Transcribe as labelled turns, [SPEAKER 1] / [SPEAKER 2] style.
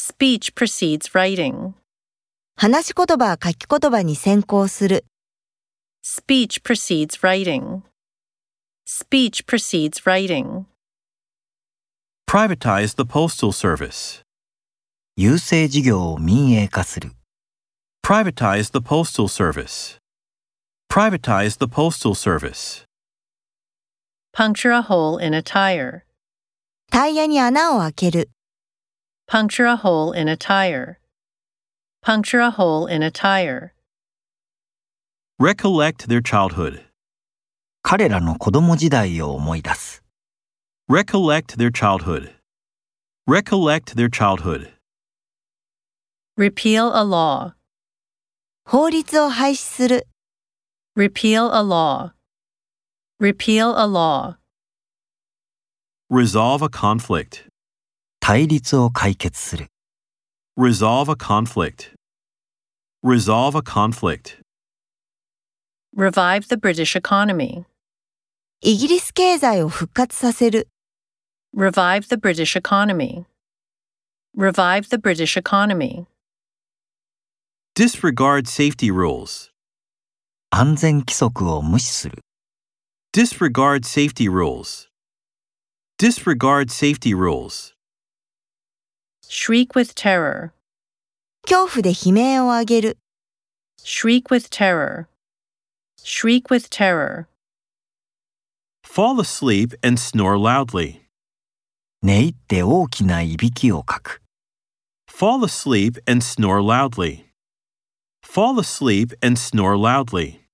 [SPEAKER 1] Speech precedes writing.
[SPEAKER 2] 話し言葉は書き言葉に先行する。
[SPEAKER 1] Speech precedes writing. Speech precedes writing.
[SPEAKER 3] Privatize the Postal Service.
[SPEAKER 4] 郵政事業を民営化する。
[SPEAKER 3] Privatize the Postal Service. Privatize the Postal Service.
[SPEAKER 1] Puncture a hole in a tire.
[SPEAKER 2] タイヤに穴を開ける。
[SPEAKER 1] Puncture a hole in a tire. Puncture a hole in a tire.
[SPEAKER 3] Recollect their childhood.
[SPEAKER 4] 彼らの子供時代を思い出す。
[SPEAKER 3] Recollect their childhood. Recollect their childhood.
[SPEAKER 1] Repeal a law.
[SPEAKER 2] 法律を廃止する。
[SPEAKER 1] Repeal a law. Repeal a law.
[SPEAKER 3] Resolve a conflict.
[SPEAKER 4] 対立を解決する。
[SPEAKER 3] Resolve a conflict. Resolve a conflict.
[SPEAKER 1] Revive the British economy.
[SPEAKER 2] イギリス経済を復活させる。
[SPEAKER 1] Revive the British economy. Revive the British economy.
[SPEAKER 3] Disregard safety rules.
[SPEAKER 4] 安全規則を無視する。
[SPEAKER 3] Disregard safety rules. Disregard safety rules.
[SPEAKER 1] Shriek with terror.
[SPEAKER 2] 恐怖で悲鳴を上げる。
[SPEAKER 1] Shriek with terror. Shriek with terror.
[SPEAKER 3] Fall asleep and snore loudly.
[SPEAKER 4] 寝入って大きないびきをかく。
[SPEAKER 3] Fall asleep and snore loudly. Fall asleep and snore loudly.